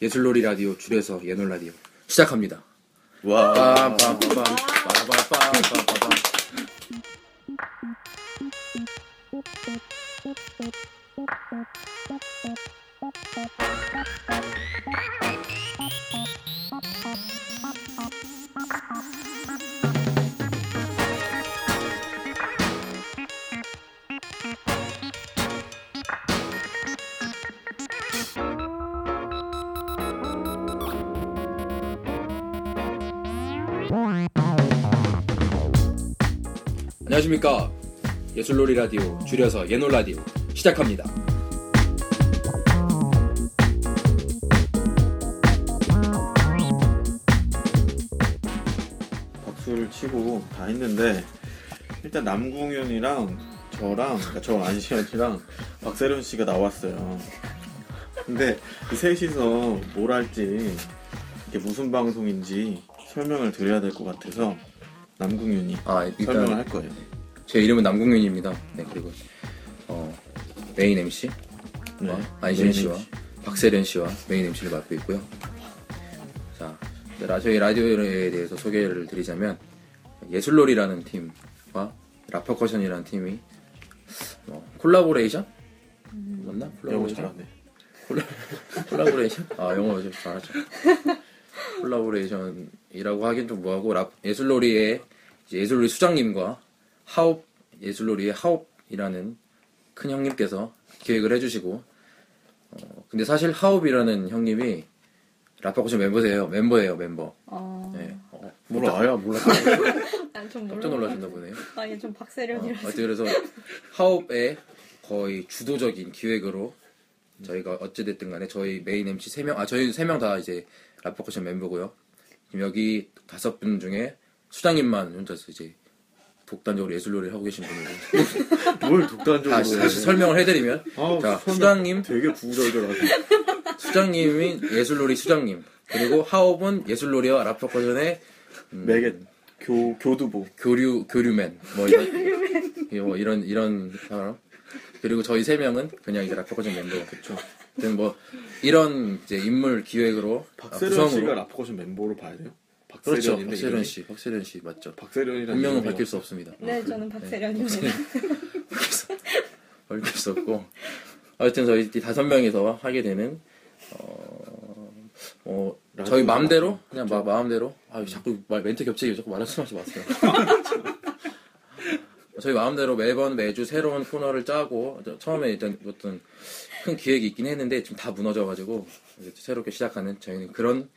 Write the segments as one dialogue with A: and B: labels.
A: 예술놀이 라디오 줄여서 예놀 라디오 시작합니다.
B: 와.
A: 빠밤빠밤
B: 빠바바바바바.
A: 안녕하십니까 예술놀이 라디오 줄여서 예놀 라디오 시작합니다.
B: 박수를 치고 다 했는데 일단 남궁윤이랑 저랑 그러니까 저 안시현이랑 박세련 씨가 나왔어요. 근데 이 셋이서 뭘 할지 이게 무슨 방송인지 설명을 드려야 될 것 같아서 남궁윤이
A: 아
B: 설명을
A: 일단 어,
B: 할 거예요.
A: 제 이름은 남궁윤입니다. 네 그리고 어, 메인 MC
B: 네.
A: 와, 안신 네, 씨와 박세련 씨와 메인 MC를 맡고 있고요. 자, 이제 라- 저희 라디오에 대해서 소개를 드리자면 예술놀이라는 팀과 라퍼커션이라는 팀이 어, 콜라보레이션 맞나?
B: 영어
A: 콜라보레이션?
B: 잘하네.
A: 콜라보레이션? 아 영어 요즘 잘하죠. 콜라보레이션이라고 하긴 좀 뭐하고 라- 예술놀이의 이제 예술놀이 수장님과 하옵 예술놀이의 하옵이라는 큰 형님께서 기획을 해주시고 어, 근데 사실 하옵이라는 형님이 라파코션 멤버세요 멤버예요 멤버
C: 어,
A: 네. 어,
B: 몰라 아야 몰라.
C: 난좀
A: 깜짝 놀라셨나 보네요
C: 아니 좀
A: 어,
C: 박세련이라.
A: 하여튼 그래서 하옵의 거의 주도적인 기획으로 저희가 어찌됐든 간에 저희 메인 MC 세명아 저희 세 명 다 이제 라퍼커션 멤버고요 지금 여기 다섯 분 중에 수장님만 혼자서 이제 독단적으로 예술놀이를 하고 계신 분이고
B: 뭘 독단적으로.
A: 다시, 다시 설명을 해드리면
B: 네. 아,
A: 자,
B: 설명
A: 수장님.
B: 되게 부절절하게.
A: 수장님이 예술놀이 수장님 그리고 하옵은 예술놀이와 라퍼커션의 음.
B: 매개 교 교두보.
A: 교류 교류맨 뭐 이런 예, 뭐 이런 이런 사람 그리고 저희 세 명은 그냥 이제 라퍼커션 멤버 그렇죠. 뭐 이런 이제 인물 기획으로 아,
B: 박세련 씨가 라퍼커션 멤버로 봐야 돼요.
A: 그렇죠
B: 박세련인데
A: 박세련
B: 이름이?
A: 씨 박세련 씨 맞죠
B: 박세련이라는
A: 본명은
B: 이름이
A: 밝힐 수 없습니다
C: 네, 저는 박세련입니다.
A: 밝힐 수 없고 하여튼 저희 이 다섯 명이서 하게 되는 어, 어 저희
B: 라디오
A: 마음대로 그냥 마, 마음대로 아 자꾸 말 멘트 겹치게 자꾸 말씀하지 마세요. 저희 마음대로 매번 매주 새로운 코너를 짜고 저- 처음에 일단 어떤 큰 기획이 있긴 했는데 지금 다 무너져가지고 이제 새롭게 시작하는 저희는 그런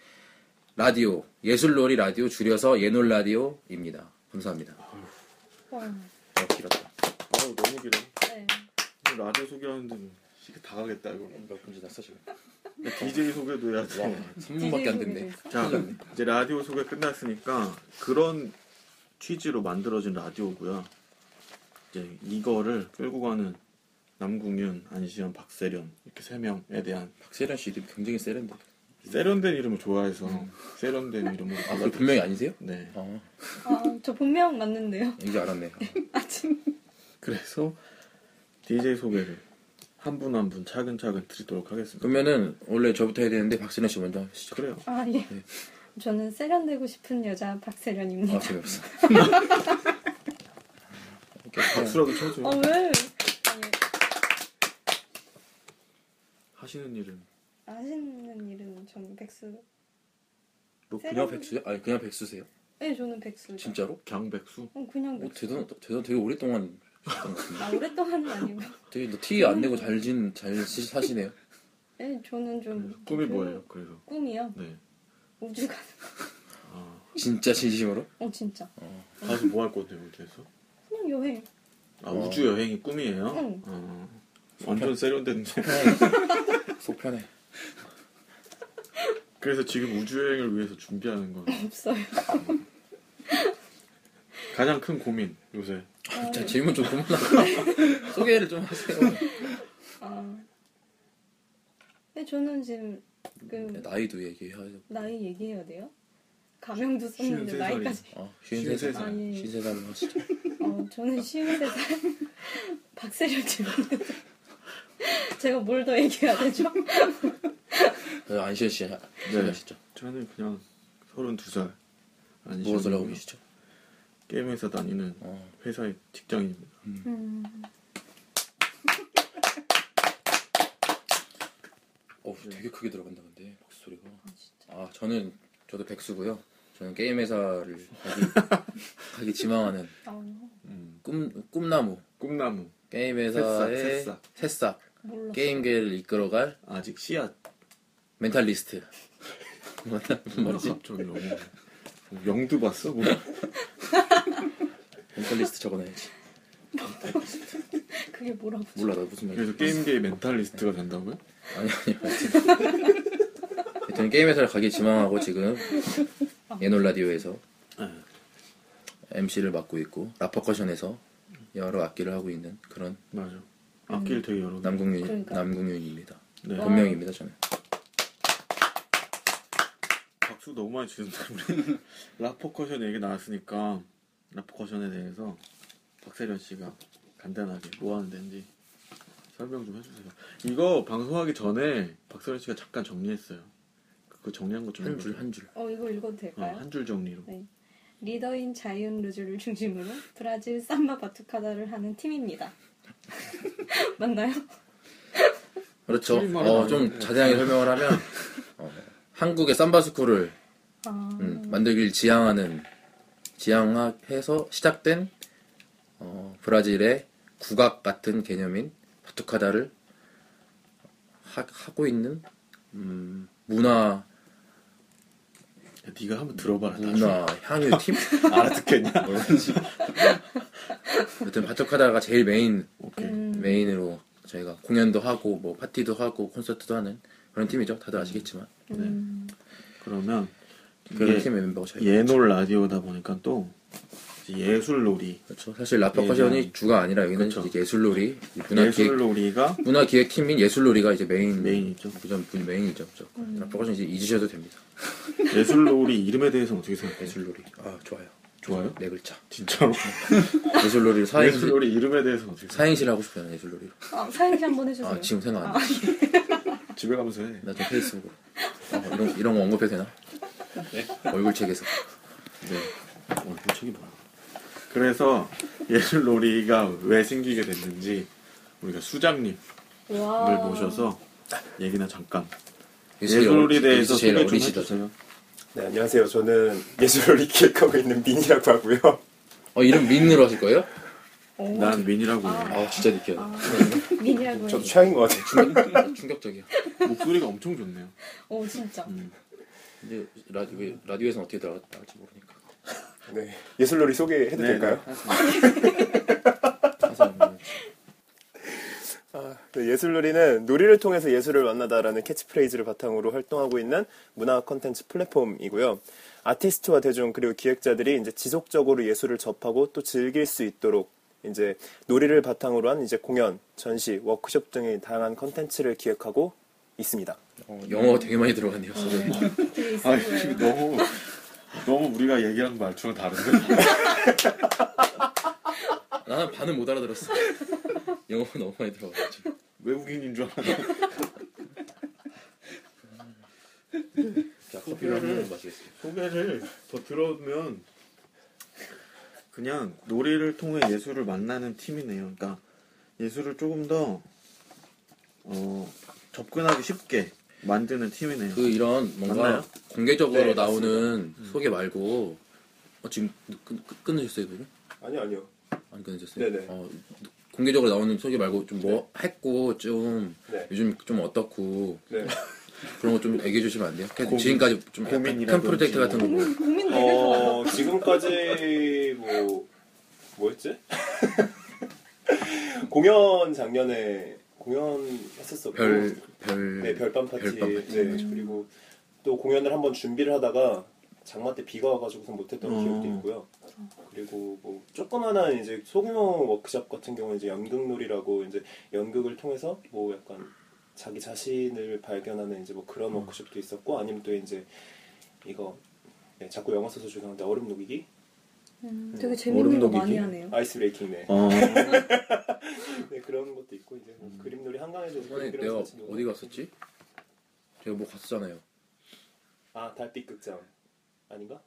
A: 라디오 예술놀이 라디오 줄여서 예놀 라디오입니다. 감사합니다.
C: 와,
A: 어, 길었다.
B: 아우 너무 길어.
C: 네.
B: 오늘 라디오 소개하는데 이게 다 가겠다 이거.
A: 몇분 지났어 지금?
B: DJ 소개도 해야
A: 와,
B: 돼.
A: 3분밖에 안 됐네.
B: 자 이제 라디오 소개 끝났으니까 그런 취지로 만들어진 라디오고요. 이제 이거를 끌고 가는 남궁윤, 안시현, 박세련 이렇게 세 명에 대한
A: 박세련 씨 이름 굉장히 세련돼.
B: 세련된 이름을 좋아해서 세련된 이름으로
A: 음. 아, 그
B: 불러.
A: 분명히 아니세요?
B: 네.
A: 아,
C: 아, 저 본명 맞는데요.
A: 이제 알았네.
C: 아침.
B: 그래서 DJ 소개를 한 분 한 분 차근차근 드리도록 하겠습니다.
A: 그러면은 원래 저부터 해야 되는데 박세련 씨 먼저 하시죠.
B: 그래요.
C: 아 예. 저는 세련되고 싶은 여자 박세련입니다.
A: 네. 아 재미없어.
B: 박수라도 쳐줘요.
C: 아 왜?
B: 하시는 일은
C: 아니, 아시는 일은 저는 백수.
B: 너
A: 뭐, 그냥 백수요? 아니 그냥 백수세요?
C: 네, 저는 백수.
A: 진짜로? 뭐,
B: 장백수?
C: 어, 그냥
A: 오
C: 백수.
A: 대단 대단 되게 오랫동안 하셨던 것 같은데.
C: 아 오랫동안은 아니고.
A: 되게 티 안 내고 잘진잘 사시네요.
C: 네, 저는
B: 음,
C: 좀
B: 꿈이 뭐예요? 그래서
C: 꿈이요.
B: 네. 아,
C: 우주 가는.
A: 진짜 진심으로?
C: 어 진짜.
B: 가서 뭐 할 건데 우주에서?
C: 그냥 여행.
B: 아
A: 어.
B: 우주 여행이 꿈이에요?
C: 응.
B: 어. 완전 세련된.
A: 속 편해.
B: 그래서 지금 우주 여행을 위해서 준비하는 건
C: 없어요.
B: 가장 큰 고민 요새.
A: 아, 자 질문 좀 그만하고 소개를 좀 하세요.
C: 아. 네, 저는 지금 그
A: 나이도 얘기해야죠.
C: 나이 얘기해야 돼요? 가명도
B: 쉰세
C: 썼는데
B: 살이.
C: 나이까지.
A: 아 쉰세 살.
C: 아, 예.
A: 쉰세 살로 하시죠.
C: 어, 저는 쉬운 세살 박세련 집입니다. 제가 뭘 더 얘기해야 되죠? 아,
A: 그래서 아, 안시현 씨 소개하시죠.
B: 저는 그냥 32살 뭐
A: 무엇을 하고 계시죠?
B: 게임 회사 다니는
A: 어.
B: 회사의 직장인입니다.
C: 음,
A: 어, 되게 크게 들어간다 근데 박수 소리가.
C: 아, 진짜.
A: 아 저는 저도 백수고요. 저는 게임 회사를 가기, 가기 지망하는
C: 아,
A: 꿈 꿈나무
B: 꿈나무
A: 게임 회사의
B: 새싹,
A: 새싹
C: 몰랐어.
A: 게임계를 이끌어갈
B: 아직 씨앗
A: 멘탈리스트. 뭐지?
B: 갑자기 너무 뭐 영두 봤어? 뭐
A: 멘탈리스트 적어놔야지.
C: 그게 뭐라고?
A: 몰라 나 무슨 말이야.
B: 그래서 게임계의 멘탈리스트가 된다고요?
A: 아니 아니 맞지. 하여튼 게임 회사를 가기 지망하고 지금 예놀 라디오에서
B: 네.
A: MC를 맡고 있고 라퍼커션에서 여러 악기를 하고 있는 그런
B: 맞아. 악기를 되게 여러 개.
A: 남궁윤
C: 그러니까.
A: 남궁윤입니다.
B: 네.
C: 와.
A: 본명입니다 저는.
B: 박수 너무 많이 주는데 우리 라퍼커션 얘기 나왔으니까 라퍼커션에 대해서 박세련 씨가 간단하게 뭐 하는 데인지 설명 좀 해주세요. 이거 방송하기 전에 박세련 씨가 잠깐 정리했어요. 그거 정리한 것 좀
A: 한 줄 한 줄.
C: 어, 이거 읽어도 될까요?
B: 한 줄 정리로.
C: 네. 리더인 자이언 루즈를 중심으로 브라질 삼바 바투카다를 하는 팀입니다. 맞나요?
A: 그렇죠.
B: 틀린 말은
A: 어, 좀
B: 아니에요.
A: 자세하게 설명을 하면 어, 한국의 삼바스쿨을
C: 아,
A: 음, 만들길 지향하는 지향해서 시작된 어, 브라질의 국악 같은 개념인 바투카다를 하, 하고 있는 음, 문화
B: 야, 네가 한번 들어봐라. 나중에
A: 문화 향유 팀
B: 알아듣겠냐?
A: 뭔지 여튼 바투카다가 제일 메인
B: 오케이.
C: 음.
A: 네. 메인으로 저희가 공연도 하고 뭐 파티도 하고 콘서트도 하는 그런 팀이죠 다들 아시겠지만
C: 음,
B: 그러면
A: 그런
B: 이게
A: 팀의 멤버가 저희
B: 예. 예놀 라디오다 보니까 또 예술놀이
A: 그렇죠. 사실 라퍼커션이
B: 예전.
A: 주가 아니라 여기는
B: 그렇죠.
A: 이제 예술놀이 문화기획
B: 예술놀이가
A: 문화기획팀인 예술놀이가 이제 메인
B: 메인이죠.
A: 무조건 분- 메인이죠. 무조건. 라퍼커션 이제 잊으셔도 됩니다.
B: 예술놀이 이름에 대해서는 어떻게 생각해요?
A: 예술놀이 아 좋아요.
B: 좋아요?
A: 네 글자.
B: 진짜로?
A: 예술놀이를 사행시
B: 예술놀이 이름에 대해서는 어떻게 생각해요?
A: 사행시를 하고 싶어요. 예술놀이로.
C: 아, 사연이 한번 해주세요.
A: 아 지금 생각 안 나.
B: 집에 가면서 해
A: 나좀 페이스북으로. 어, 이런 이런 거 언급해도 되나?
B: 네.
A: 얼굴 책에서.
B: 얼굴 네. 어, 책이 뭐야 그래서 예술놀이가 왜 생기게 됐는지 우리가 수장님을
C: 와.
B: 모셔서 얘기나 잠깐
A: 예술이 어리-
B: 예술놀이에 대해서
A: 여기서 제일
B: 소개 좀
A: 어리시다.
B: 해주세요
D: 네, 안녕하세요. 저는 예술을 기획하고 있는 민이라고 하고요.
A: 어 이름 민으로 하실 거예요?
C: 오,
B: 난 민이라고 해요
A: 아 진짜 느껴요.
C: 미니라고
D: 저도
C: 해요.
D: 최악인 것 같아요.
A: 음. 충격적이야.
B: 목소리가 엄청 좋네요
C: 오, 진짜.
A: 근데 라디오 라디오에서 어떻게 나갈지 모르니까.
D: 네, 예술놀이 소개해도 될까요?
B: 네.
A: 항상
D: 아, 네, 예술놀이는 놀이를 통해서 예술을 만나다라는 캐치프레이즈를 바탕으로 활동하고 있는 문화 콘텐츠 플랫폼이고요. 아티스트와 대중 그리고 기획자들이 이제 지속적으로 예술을 접하고 또 즐길 수 있도록 이제 놀이를 바탕으로 한 이제 공연, 전시, 워크숍 등의 다양한 콘텐츠를 기획하고 있습니다.
A: 어, 영어가 되게 많이 들어가네요. 소리에.
C: 되게 있어
B: 아
C: 보여요.
B: 너무 너무 우리가 얘기한 말투랑 다른데
A: 나는 반은 못 알아들었어. 영어가 너무 많이 들어가지고.
B: 외국인인 줄 알았는데
A: 자 커피를 한 잔 마시겠습니다.
B: 소개를 더 들어오면 그냥 놀이를 통해 예술을 만나는 팀이네요. 그러니까 예술을 조금 더 어, 접근하기 쉽게 만드는 팀이네요.
A: 그 이런 뭔가
B: 맞나요?
A: 공개적으로
D: 네,
A: 나오는 소개 말고 어, 지금 끊, 끊, 끊으셨어요 그죠?
D: 아니요, 아니요.
A: 안 끊으셨어요?
D: 네네.
A: 어, 공개적으로 나오는 소개 말고 좀 뭐 했고 좀
D: 네.
A: 요즘 좀 어떻고
D: 네.
A: 그런 거 좀 얘기해 주시면 안 돼요? 그냥
B: 고민.
A: 지금까지 좀 약간 큰
B: 고민이라든지
A: 프로젝트 같은 거 뭐.
C: 고민, 고민 되게 좋아.
D: 어, 지금까지 뭐 뭐였지? 공연 작년에 공연 했었었고
A: 별, 별,
D: 네 별밤 파티,
A: 별밤 파티.
D: 네 그리고 또 공연을 한번 준비를 하다가 장마 때 비가 와가지고서 못했던
A: 음.
B: 어.
D: 기억도 있고요. 그리고 뭐 조그만한 이제 소규모 워크숍 같은 경우는 이제 연극놀이라고 이제 연극을 통해서 뭐 약간 자기 자신을 발견하는 이제 뭐
A: 음.
D: 그런 워크숍도 있었고 아니면 또 이제 이거 네, 자꾸 영어 써서 죄송한데 얼음 녹이기
C: 음, 되게 재밌는 거
A: 얼음
C: 많이
A: 녹이기?
C: 하네요.
D: 아이스 브레이킹네.
B: 어,
D: 네, 그런 것도 있고 이제 뭐 그림놀이 한강에서
A: 이번에 음. 내가 어디 갔었지? 제가 뭐 갔었잖아요.
D: 아 달빛 극장 아닌가?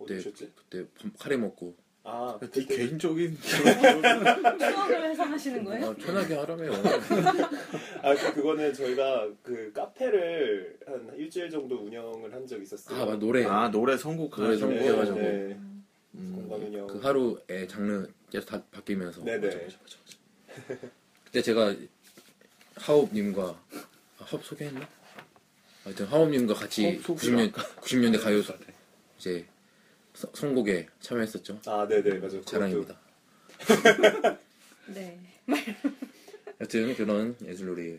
D: 어디
A: 그때
D: 오셨지?
A: 그때 밤- 카레 먹고
D: 아
B: 네 개인적인
C: 추억을 회상하시는
B: 네?
C: 거예요?
A: 아, 편하게 하라며.
D: 아 그- 그거는 저희가 그 카페를 한 일주일 정도 운영을 한 적이 있었어요.
A: 아, 맞아, 노래.
B: 아 노래 선곡
A: 노래
D: 네,
A: 선곡. 성공해가지고.
D: 네,
B: 음.
D: 공간 운영.
A: 그 하루의 장르 계속 다 바뀌면서.
D: 네네.
A: 맞아, 맞아, 맞아, 맞아. 그때 제가 하옵님과 아, 하옵 소개했나? 하여튼 하옵님과 같이
B: 하옵 네. 소개를
A: 90년 90년대 가요 이제 서- 선곡에 참여했었죠.
D: 아 네네 맞아.
A: 자랑입니다.
C: 네.
A: 하여튼 그런 예술놀이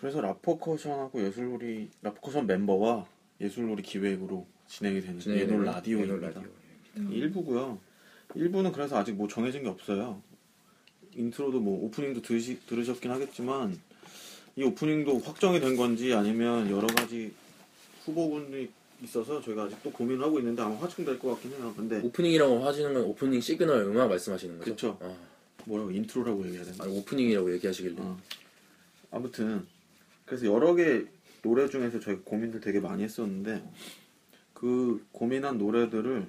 B: 그래서 라포커션하고 예술놀이 라포커션 멤버와 예술놀이 기획으로 진행이 되는
A: 진행이
B: 예놀
A: 되는
B: 라디오입니다.
A: 예놀 라디오.
B: 일부고요. 일부는 그래서 아직 뭐 정해진 게 없어요. 인트로도 뭐 오프닝도 들으시, 들으셨긴 하겠지만 이 오프닝도 확정이 된 건지 아니면 여러 가지 후보군이 있어서 저희가 아직 또 고민을 하고 있는데 아마 확정될 것 같긴 해요. 근데
A: 오프닝이라고 하시는 건 오프닝 시그널 음악 말씀하시는 거죠?
B: 그쵸.
A: 아,
B: 뭐라고 인트로라고 얘기해야 되나?
A: 아니, 오프닝이라고 얘기하시길래
B: 어. 아무튼 그래서 여러 개 노래 중에서 저희가 고민들 되게 많이 했었는데 그 고민한 노래들을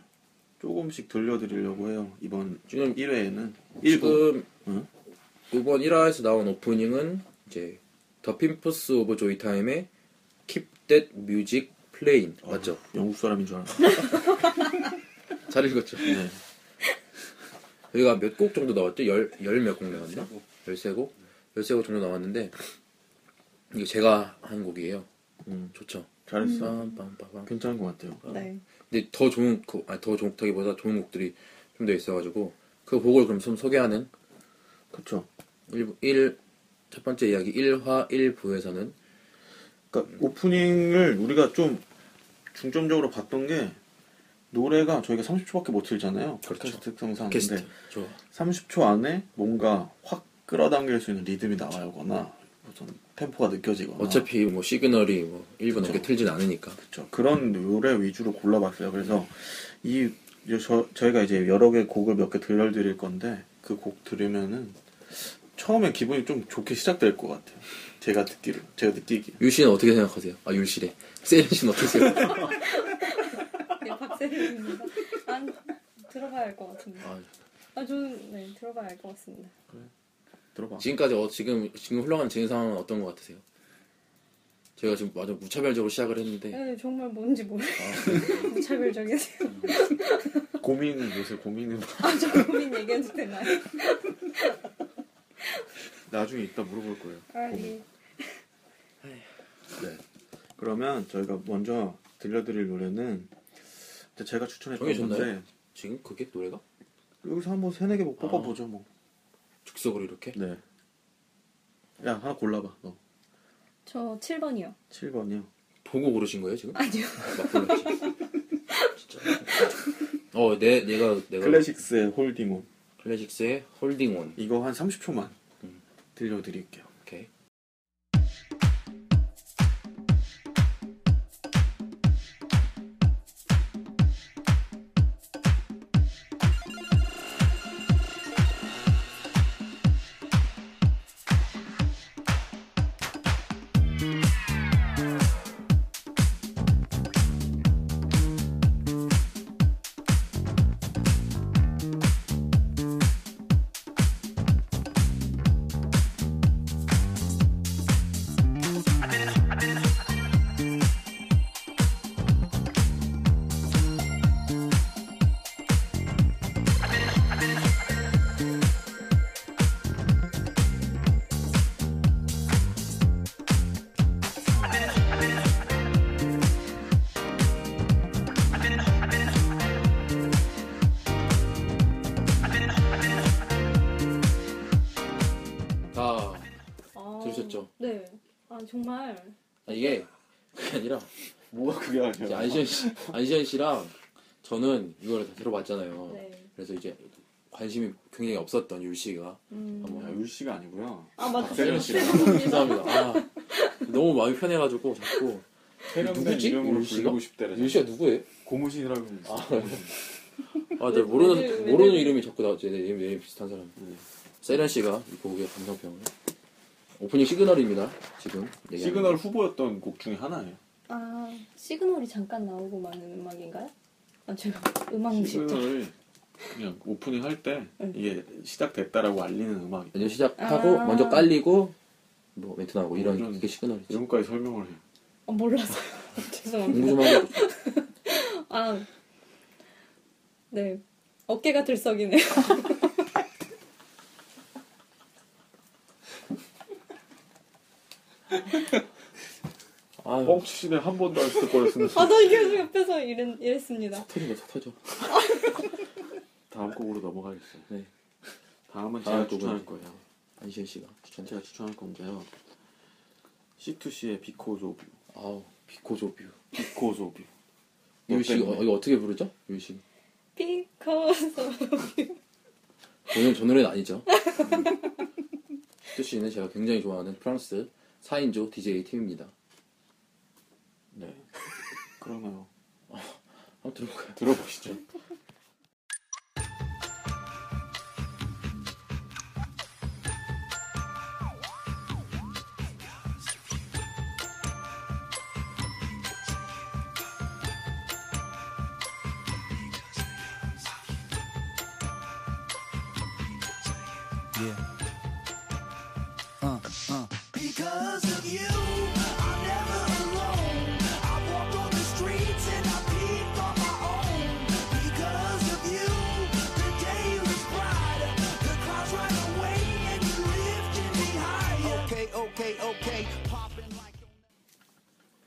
B: 조금씩 들려드리려고 해요 이번
A: 지금
B: 1회에는
A: 지금
B: 응?
A: 이번 1화에서 나온 오프닝은 이제 더 핀프스 오브 조이타임의 Keep That Music Playing 어. 맞죠?
B: 영국 사람인 줄 알아
A: 네. 잘 읽었죠?
B: 네.
A: 저희가 몇 곡 정도 나왔죠? 열열몇 곡 나왔나? 열세 곡? 열세 곡 정도 나왔는데 이거 제가 한 곡이에요.
B: 음,
A: 좋죠?
B: 잘했어
A: 빰빰빰빰.
B: 괜찮은 것 같아요
C: 네.
A: 근데 더 좋은 그, 아니 더 좋다기보다 좋은 곡들이 좀 더 있어가지고 그 곡을 그럼 좀 소개하는
B: 그쵸
A: 1, 일첫 번째 이야기 1화 1부에서는
B: 그러니까
A: 음.
B: 오프닝을 우리가 좀 중점적으로 봤던 게 노래가 저희가 30초밖에 못 틀잖아요
A: 그렇죠.
B: 팟캐스트 특성상
A: 게스트
C: 네.
B: 근데
A: 좋아
B: 30초 안에 뭔가 확 끌어당길 수 있는 리듬이 나와요거나 무슨 템포가 느껴지거나
A: 어차피 뭐 시그널이 뭐 1분 넘게 틀진 않으니까
B: 그쵸. 그런 노래 위주로 골라봤어요. 그래서 이 이제 저, 저희가 이제 여러 개 곡을 몇 개 들려드릴 건데 그 곡 들으면은 처음에 기분이 좀 좋게 시작될 것 같아요. 제가 듣기로 제가 느끼기
A: 율 씨는 어떻게 생각하세요? 아 율씨래 세린 씨는 어떻게
C: 아,
A: 생각하세요?
C: 네, 박세림입니다. 안 들어봐야 할 것 같은데.
A: 아,
C: 아, 저는 네, 들어봐야 할 것 같습니다.
B: 들어봐.
A: 지금까지 어, 지금 지금 흘러가는 진행 상황은 어떤 것 같으세요? 저희가 지금 아주 무차별적으로 시작을 했는데
C: 네, 정말 뭔지 모르겠어요. 무차별적이세요.
B: 고민을 요새 뭐 고민을
C: 아, 저 고민 얘기해도 되나요?
B: 나중에 이따 물어볼 거예요.
C: 아, 네.
B: 네. 그러면 저희가 먼저 들려드릴 노래는 일단 제가 추천했던
A: 정해졌나요?
B: 건데
A: 지금 그게 노래가
B: 여기서 한번 세네 개 뽑아보죠 뭐.
A: 즉석으로 이렇게
B: 네. 야 하나 골라봐 너.
C: 저 7번이요.
B: 7번이요.
A: 보고 고르신 거예요 지금?
C: 아니요.
A: 막 골랐지 진짜 어내 내가
B: 네.
A: 내가
B: 클래식스의 홀딩온.
A: 클래식스의 홀딩온
B: 이거 한 30초만
A: 음.
B: 들려드릴게요.
A: 오케이 다
C: 아,
A: 들으셨죠?
C: 네. 아, 정말.
A: 아, 이게 그게 아니라
B: 뭐가 그게
A: 이제 안시현 씨, 안시현 씨랑 저는 이걸 다 들어봤잖아요.
C: 네.
A: 그래서 이제 관심이 굉장히 없었던 율 씨가
C: 음.
A: 한번
B: 아, 율씨가 아니고요.
C: 아, 맞다.
B: 박세련 씨가
A: 죄송합니다. 아, 너무 마음이 편해가지고 자꾸
E: 세련된
A: 누구지?
E: 이름으로
A: 율 씨가?
B: 예.
E: 불리고 싶대라.
A: 율 씨가 누구예요?
E: 고무신이라고.
A: 아,
E: 고무신.
A: 아, 나 모르는
C: 왜들-
A: 모르는
C: 왜들-
A: 이름이 자꾸 나왔지. 내 이름, 내 이름 비슷한 사람. 세련 씨가 이 곡의 감상평을 오프닝 시그널입니다. 지금 얘기하는
B: 시그널 후보였던 곡 중에 하나예요.
C: 아 시그널이 잠깐 나오고 마는 음악인가요? 아 제가 음악식
B: 시그널 그냥 오프닝 할 때
A: 네.
B: 이게 시작됐다라고 알리는 음악.
A: 먼저 시작하고
C: 아.
A: 먼저 깔리고 뭐 멘트 나오고 이런
B: 이런-
A: 게 시그널이죠.
B: 이런까지 설명을 해요.
C: 아, 몰라서 죄송합니다.
A: 공부 좀 하고
C: 아, 네. 어깨가 들썩이네요.
A: 아, 어?
B: 뻥치시네 한 번도 안 쓸 거였습니다.
C: 아, 나 이게 옆에서 이랬, 이랬습니다.
A: 터진다 터져.
B: 다음 곡으로 넘어가겠어요.
A: 네.
B: 다음은 제가
A: 다음 곡은-
B: 추천할 거예요.
A: 안시현 씨가 추천.
B: 제가 추천할 건데요. C2C의 비코조뷰.
A: 아우 비코조뷰.
B: 비코조뷰.
A: 유희 씨 어, 이거 어떻게 부르죠? 유희 씨.
C: Because
A: 저는 저 노래는 아니죠. 투씨는 제가 굉장히 좋아하는 프랑스 4인조 DJ 팀입니다.
B: 네. 그러면
A: 한번 들어볼까요?
B: 들어보시죠.
E: Yeah. Uh, uh. Because of you, I'm never alone. I walk on the streets and I peep on my own. Because of you, the day was brighter. The clouds right away and you lifted me higher. Okay, okay, okay. Popping like a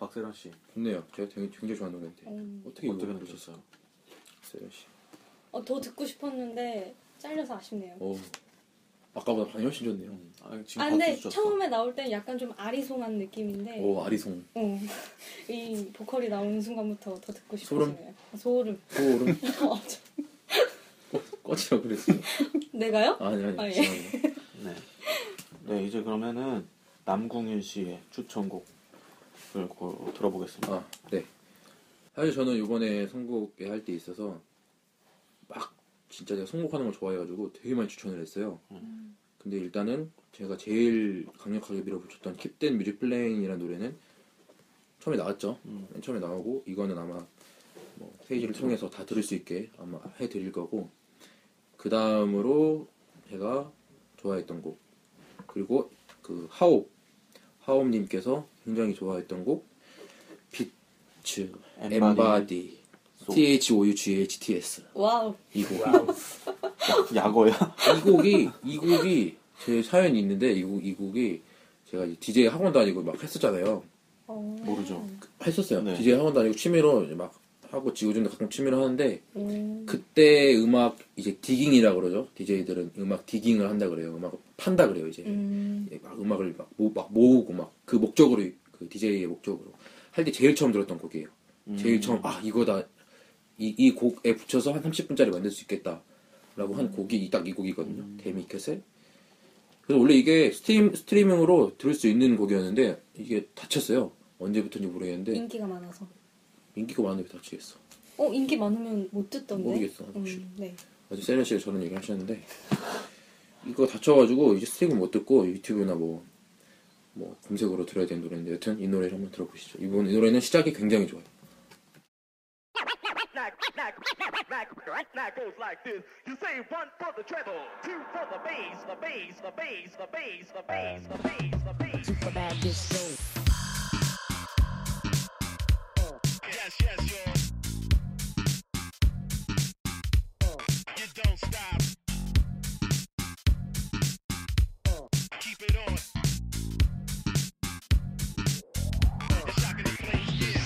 B: 박세련 씨
A: 좋네요. 제가 되게 굉장히 좋아하는 노래인데
C: 음.
A: 어떻게
B: 어떻게
A: 어떻게 셨어요
B: 느꼈어요?
A: 세련 씨.
C: 어, 더 듣고 싶었는데 잘려서 아쉽네요.
A: 어 아까보다 반이 훨씬 좋네요.
B: 아, 지금
C: 아,
B: 박수
C: 근데
B: 주셨어.
C: 처음에 나올 땐 약간 좀 아리송한 느낌인데
A: 오 아리송
C: 어, 이 보컬이 나오는 순간부터 더 듣고
A: 소름.
C: 싶었어요. 소름.
A: 소름
C: 어, 저-
A: 꺼지라고 그랬어요.
C: 내가요?
A: 아니 아니
C: 아, 예.
A: 죄송합니다.
B: 네. 네 이제 그러면은 남궁윤 씨의 추천곡을 고- 들어보겠습니다.
A: 아 네. 사실 저는 이번에 선곡에 할 때 있어서 막 진짜 제가 선곡하는 걸 좋아해가지고 되게 많이 추천을 했어요.
B: 음.
A: 근데 일단은 제가 제일 강력하게 밀어붙였던 킵된 뮤직 플레잉이라는 노래는 처음에 나왔죠.
B: 음.
A: 맨 처음에 나오고 이거는 아마 뭐 페이지를 통해서 다 들을 수 있게 아마 해드릴 거고 그 다음으로 제가 좋아했던 곡 그리고 그 하옵 하옵님께서 굉장히 좋아했던 곡 비츠 엠바디 T H O U G H T S
C: 와우.
A: 이곡
B: 야거야.
A: 이 곡이 이 곡이 제 사연이 있는데 이 곡 이 곡이 제가 이제 DJ 학원 다니고 막 했었잖아요.
C: 어.
B: 모르죠.
A: 했었어요.
B: 네.
A: DJ 학원 다니고 취미로 이제 막 하고 지구준도 가끔 취미로 하는데
C: 음.
A: 그때 음악 이제 디깅이라고 그러죠. DJ들은 음악 디깅을 한다 그래요. 음악 판다 그래요 이제.
C: 음.
A: 이제 막 음악을 막, 모, 으고 막 그 목적으로 그 DJ의 목적으로 할 때 제일 처음 들었던 곡이에요. 제일 처음 아 이거다 이, 이 곡에 붙여서 한 30분짜리 만들 수 있겠다라고 한 곡이 딱 이 곡이거든요. 데미켓의 그래서 원래 이게 스트림 스트리밍으로 들을 수 있는 곡이었는데 이게 다쳤어요. 언제부터인지 모르겠는데
C: 인기가 많아서.
A: 인기가 많은데 왜 다치겠어.
C: 어, 인기 많으면 못 듣던데.
A: 모르겠어, 혹시.
C: 음, 네.
A: 어제 세련 씨가 저런 얘기 하셨는데 이거 다쳐가지고 이제 스트리밍 못 듣고 유튜브나 뭐, 뭐 검색으로 들어야 되는 노래인데 여튼 이 노래를 한번 들어보시죠 이번 이 노래는 시작이 굉장히 좋아요
F: Right now goes like this. You say one for the treble, two for the bass, the bass, the bass, the bass, the bass, the bass, the bass.
E: super bad disco.
F: Yes, yes, yo. You don't stop. Keep it on. It's shocking the place, yeah.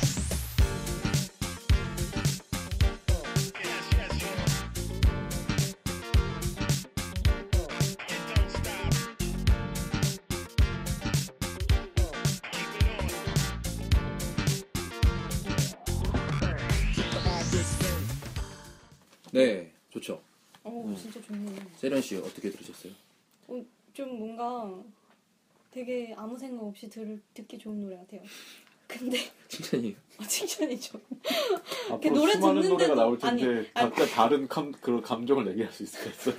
F: Yes, yes, yo. You don't stop. Keep it on.
A: 네 좋죠
C: 어, 진짜 좋네요.
A: 세련 씨 어떻게 들으셨어요?
C: 어, 좀 뭔가 되게 아무 생각 없이 들, 듣기 좋은 노래 같아요. 근데
A: 칭찬이에요
C: 어, 칭찬이죠.
A: 아
B: 앞으로
C: 이렇게 노래
B: 수많은
C: 듣는데도-
B: 노래가 나올
C: 아니,
B: 텐데
C: 아니.
B: 각자 다른 감, 그런 감정을 얘기할 수 있을 것 같아요.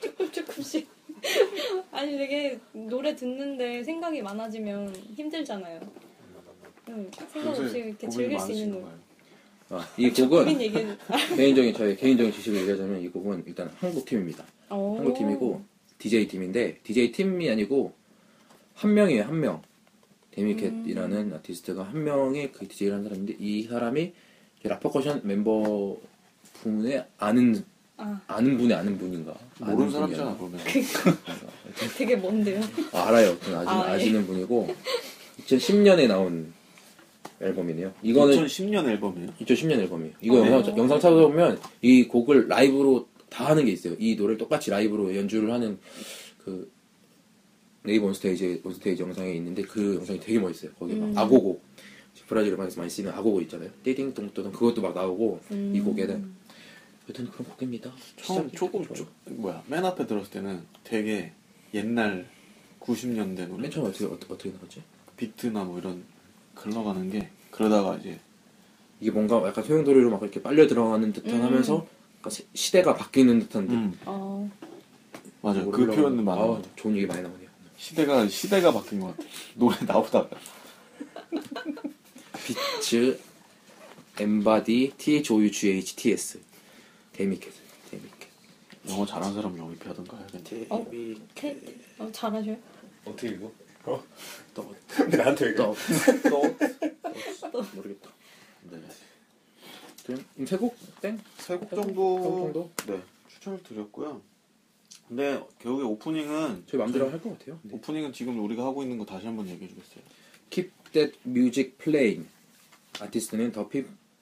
C: 조금 조금씩. 아니 되게 노래 듣는데 생각이 많아지면 힘들잖아요. 응, 생각 없이 이렇게 즐길 수 있는 노래.
A: 아, 이
C: 고민
A: 곡은
C: 얘기는.
A: 개인적인 저의 개인적인 지식을 얘기하자면 이 곡은 일단 한국 팀입니다.
C: 오.
A: 한국 팀이고 DJ 팀인데 DJ 팀이 아니고 한 명이에요 한 명. 데미캣이라는 아티스트가 한 명의 그 DJ를 한 사람인데 이 사람이 라퍼커션 멤버 분의 아는
C: 아
A: 아는 분의 아는 분인가 아는
B: 모르는
A: 분이
B: 사람이잖아
A: 아니라.
B: 그러면.
C: 되게 먼데요.
A: 아, 알아요 아무튼 아시,
C: 아, 예.
A: 아시는 분이고 2010년에 나온 앨범이네요. 이거는
B: 2010년 앨범이에요.
A: 2010년 앨범이에요. 이거
B: 네.
A: 영상, 영상 찾아보면 이 곡을 라이브로 다 하는 게 있어요. 이 노래를 똑같이 라이브로 연주를 하는 그 네이버 온스테이지, 온스테이지 영상에 있는데 그 영상이 되게 멋있어요. 거기 막 아고고. 브라질 음악에서 많이 쓰는 아고고 있잖아요. 띠딩똥똥 그것도 막 나오고 이 곡에는 여튼 그런 곡입니다.
B: 처음
A: 시작이
B: 조금
A: 좋아요.
B: 조, 뭐야 맨 앞에 들었을 때는 되게 옛날 90년대 노래
A: 맨 처음에 어떻게, 어떻게, 어떻게 나왔지?
B: 비트나 뭐 이런 흘러가는 게 그러다가 이제
A: 이게 뭔가 약간 소용돌이로 막 이렇게 빨려 들어가는 듯한 하면서 약간 시- 시대가 바뀌는 듯한 듯.
C: 어.
B: 음, 맞아요 그
A: 올라오는-
B: 표현은 많아
A: 아,
B: 요
A: 좋은 얘기 많이 나오네요.
B: 시대가 시대가 바뀐 것 같아 노래 나오다
A: 비츠 엠바디 T 조유 G H T S 데미켓 데미켓
B: 영어 잘하는 사람 영입하던가 해야겠네 아,
C: 어? 태... 어 잘하셔요.
A: 어떻게 읽어? 또또
D: 근데 나한테 왜 그래?
A: 모르겠다.
B: 네.
A: 그럼 세곡 땡?
B: 세곡
A: 세곡
B: 정도
A: 정도?
B: 네 추천을 드렸고요 근데 결국에 오프닝은 그
A: 저희 마음대로 할 것 같아요. 네.
B: 오프닝은 지금 우리가 하고 있는 거 다시 한번 얘기해 주겠어요
A: Keep that music playing. 아티스트는 더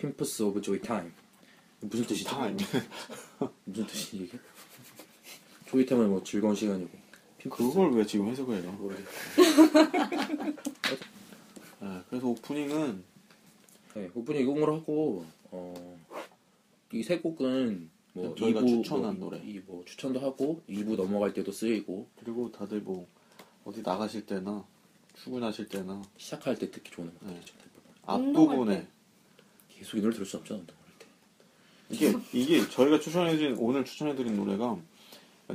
A: 핌프스 오브 조이 타임. 무슨 뜻이죠?
B: 타임.
A: 무슨 뜻이 이게? 조이 타임은 뭐 즐거운 시간이고.
B: 그걸 왜 지금 해석해요
A: 모르겠어.
B: 네, 그래서 오프닝은
A: 네, 오프닝 이곡으로 하고 어, 이 세 곡은 뭐
B: 저희가
A: 일부
B: 추천한
A: 뭐,
B: 노래.
A: 이뭐 추천도 하고 일부 넘어갈 때도 쓰이고
B: 그리고 다들 뭐 어디 나가실 때나 출근하실 때나
A: 시작할 때 듣기 좋은
B: 네.
A: 음악이죠. 그렇죠. 대부분.
C: 운동할
B: 앞부분에
A: 계속 이 노래 들을 수 없잖아 운동할 때.
B: 이게 이게 저희가 추천해드린 오늘 추천해드린 노래가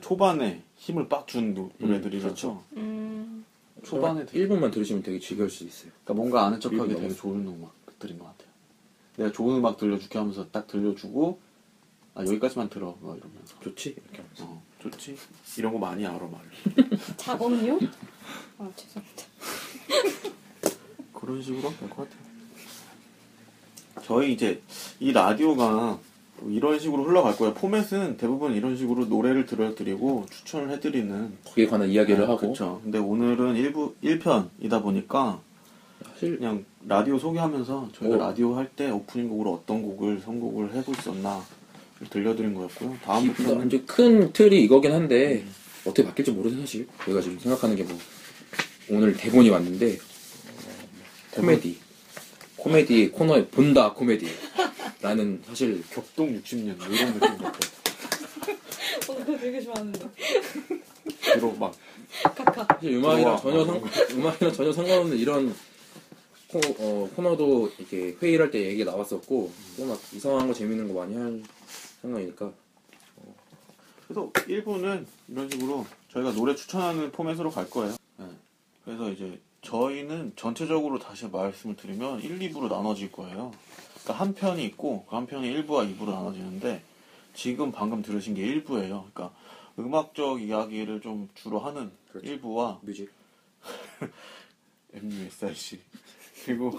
B: 초반에 힘을 빡 준 노래들이라서
C: 음.
B: 초반에 되게
A: 1분만 들으시면 되게 즐거울 수 있어요.
B: 그러니까 뭔가 아는 척하기
A: 일부
B: 되게
A: 넘었어.
B: 좋은 음악들인 것 같아요. 내가 좋은 음악 들려줄게 하면서 딱 들려주고 아 여기까지만 들어 막 이러면서
A: 좋지? 이렇게 하면서.
B: 어 좋지 이런 거 많이 알아 말
C: 작업용? 아 죄송합니다.
B: 그런 식으로 될 것 같아요. 저희 이제 이 라디오가 이런 식으로 흘러갈 거예요. 포맷은 대부분 이런 식으로 노래를 들려드리고 추천을 해드리는
A: 거기에 관한 이야기를 하고
B: 그렇죠. 근데 오늘은 일부 1편이다 보니까
A: 사실
B: 그냥 라디오 소개하면서 저희가
A: 오.
B: 라디오 할 때 오프닝 곡으로 어떤 곡을 선곡을 하고 있었나 들려드린 거였고요.
A: 그러니까
B: 다음부터는
A: 이제 큰 틀이 이거긴 한데
B: 음.
A: 어떻게 바뀔지 모르죠 사실. 저희가 지금 생각하는 게 뭐 오늘 대본이 왔는데 어, 코미디 코미디 코너에 본다 코미디라는 사실
B: 격동 60년 뭐 이런 느낌 같아요.
C: 어 그거 되게 좋아하는데.
B: 주로 막
C: 카카.
A: 사실 음악이랑
B: 좋아.
A: 전혀 상 음악이랑 전혀 상관없는 이런 코, 어, 코너도 이렇게 회의를 할 때 얘기 가 나왔었고 또 막 이상한 거 재밌는 거 많이 할 상황이니까
B: 그래서 1부는 이런 식으로 저희가 노래 추천하는 포맷으로 갈 거예요. 네. 그래서 이제 저희는 전체적으로 다시 말씀을 드리면 1, 2부로 나눠질 거예요. 그러니까 한 편이 있고 그 한 편이 1부와 2부로 나눠지는데 지금 방금 들으신 게 1부예요. 그러니까 음악적 이야기를 좀 주로 하는
A: 그렇죠.
B: 1부와
A: 뮤직
B: MUSIC 그리고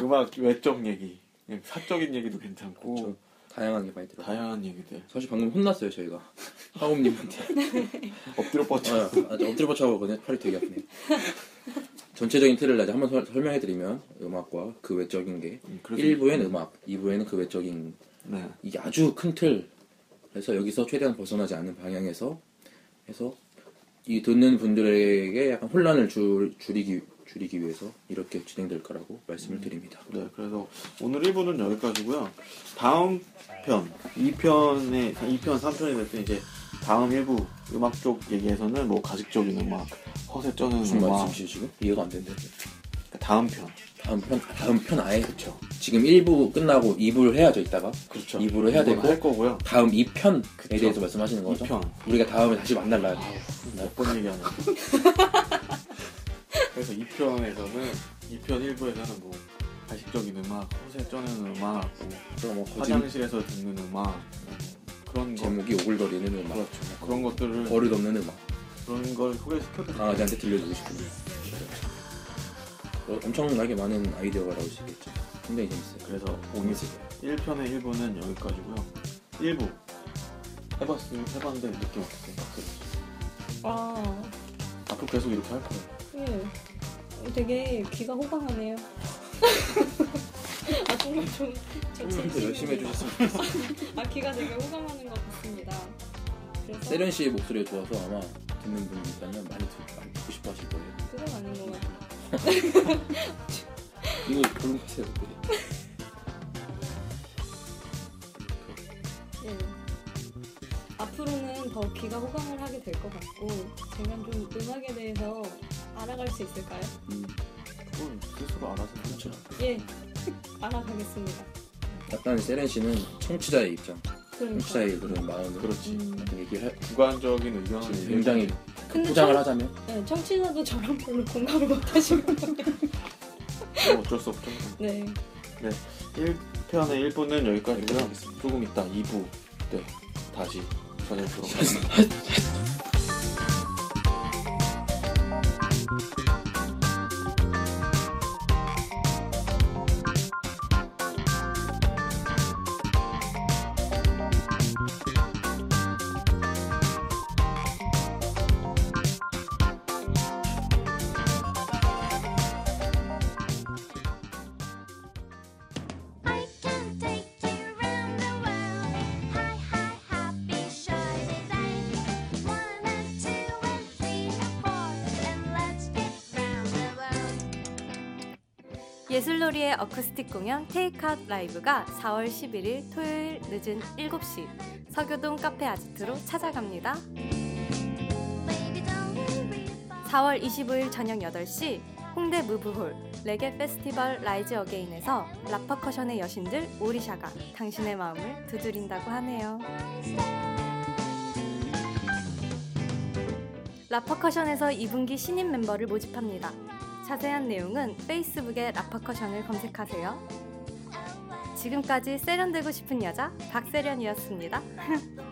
B: 음악 외적 얘기, 그냥 사적인 얘기도 괜찮고
A: 그렇죠. 다양한 게 많이 들어. 요
B: 어. 다양한 얘기들
A: 사실 방금 혼났어요 저희가 하우님한테.
B: 엎드려 뻗쳐
A: 아, 아, 저 엎드려 뻗쳐가고 그냥 팔이 되게 아프네요. 전체적인 틀을 이제 한번 설- 설명해드리면 음악과 그 외적인 게
B: 음, 그래서-
A: 1부엔 음악, 2부에는 그 외적인
B: 네.
A: 이게 아주 큰 틀. 그래서 여기서 최대한 벗어나지 않는 방향에서 해서 이 듣는 분들에게 약간 혼란을 줄, 줄이기 줄이기 위해서 이렇게 진행될 거라고 말씀을 드립니다.
B: 네, 그래서 오늘 1부는 여기까지고요. 다음 편, 2편에 2편, 3편이 될 때 이제 다음 1부 음악 쪽 얘기에서는 뭐 가식적인 음악, 허세 쩌는
A: 무슨
B: 음악, 그러니까
A: 말씀이시죠 지금? 이해가 안 된대.
B: 다음 편.
A: 다음 편 다음 편 아예 그렇죠. 지금 1부 끝나고 2부를 해야죠 이따가
B: 그렇죠.
A: 2부를 해야 되고
B: 할 거고요.
A: 다음 2편에
B: 그쵸.
A: 대해서 말씀하시는 거죠?
B: 2편. 아, 네.
A: 우리가 다음에 다시 만날라 네.
B: 몇 번 얘기하냐. 그래서 2편에서는 2편 1부에서는 뭐 가식적인 음악, 호세 쩌는 음악, 뭐
A: 그럼 뭐 거짓
B: 화장실에서 듣는 음악 뭐 그런 거
A: 제목이 오글거리는 음악
B: 그렇죠. 뭐 그런 것들을
A: 버릇없는 음악
B: 그런 걸 소개시켜드릴게요.
A: 어- 강아지한테 들려주고 싶은데 어, 엄청나게 많은 아이디어가 나올 수 있겠죠 굉장히 재밌어요
B: 그래서 오늘
C: 음,
B: 1편의 1부는 여기까지고요. 1부 해봤으면 해봤는데 느낌 어떻게 바뀌었어요?
C: 아,
B: 앞으로 계속 이렇게 할 거예요.
C: 예. 되게 귀가 호강하네요. 아, 정말 좀, 저
A: 좀더
C: 진심이에요.
A: 열심히 해주셨으면
C: 아, 귀가 되게 호강하는 것 같습니다. 그래서
A: 세련 씨의 목소리가 좋아서 아마 듣는 분이 있다면 많이 듣- 많이 듣고 싶어 하실 거예요
C: 그건 아닌 것 같아요.
A: 이거 그런 거 하세요
C: 예. 앞으로는 더 귀가 호강을 하게 될 것 같고 제가 좀 음악에 대해서 알아갈 수 있을까요?
B: 그걸 스스로 알아서
A: 그렇죠.
C: 예, 알아가겠습니다.
A: 약간 세련 씨는 청취자의 입장
C: 그러니까.
A: 청취자의 그런 마음으로
B: 그렇지.
C: 음,
A: 얘기를 해-
B: 주관적인 의견을
A: 굉장히
B: 얘기해주고
C: 그렇죠. 근데
A: 포장을
C: 청-
A: 하자면
C: 네, 청취자도 저랑 별로 공감을 못하시는 거예요.
B: 그건 어쩔 수 없죠.
C: 네,
B: 1편의 1부는 여기까지고요. 조금 이따 2부 때 다시 찾아뵙도록 하겠습니다.
G: I can take you round the world. Hi, hi, happy, shy day. One and two and three and four, and let's get round the world.
H: 예술놀이의 어쿠스틱 공연 테이크아웃 라이브가 4월 11일 토요일 늦은 7시 서교동 카페 아지트로 찾아갑니다.
G: Baby, don't worry about
H: 4월 25일 저녁 8시 홍대 무브홀 레게 페스티벌 라이즈 어게인에서 라퍼커션의 여신들 오리샤가 당신의 마음을 두드린다고 하네요. 라퍼커션에서 2분기 신인 멤버를 모집합니다. 자세한 내용은 페이스북에 라퍼커션을 검색하세요. 지금까지 세련되고 싶은 여자 박세련이었습니다.
G: it.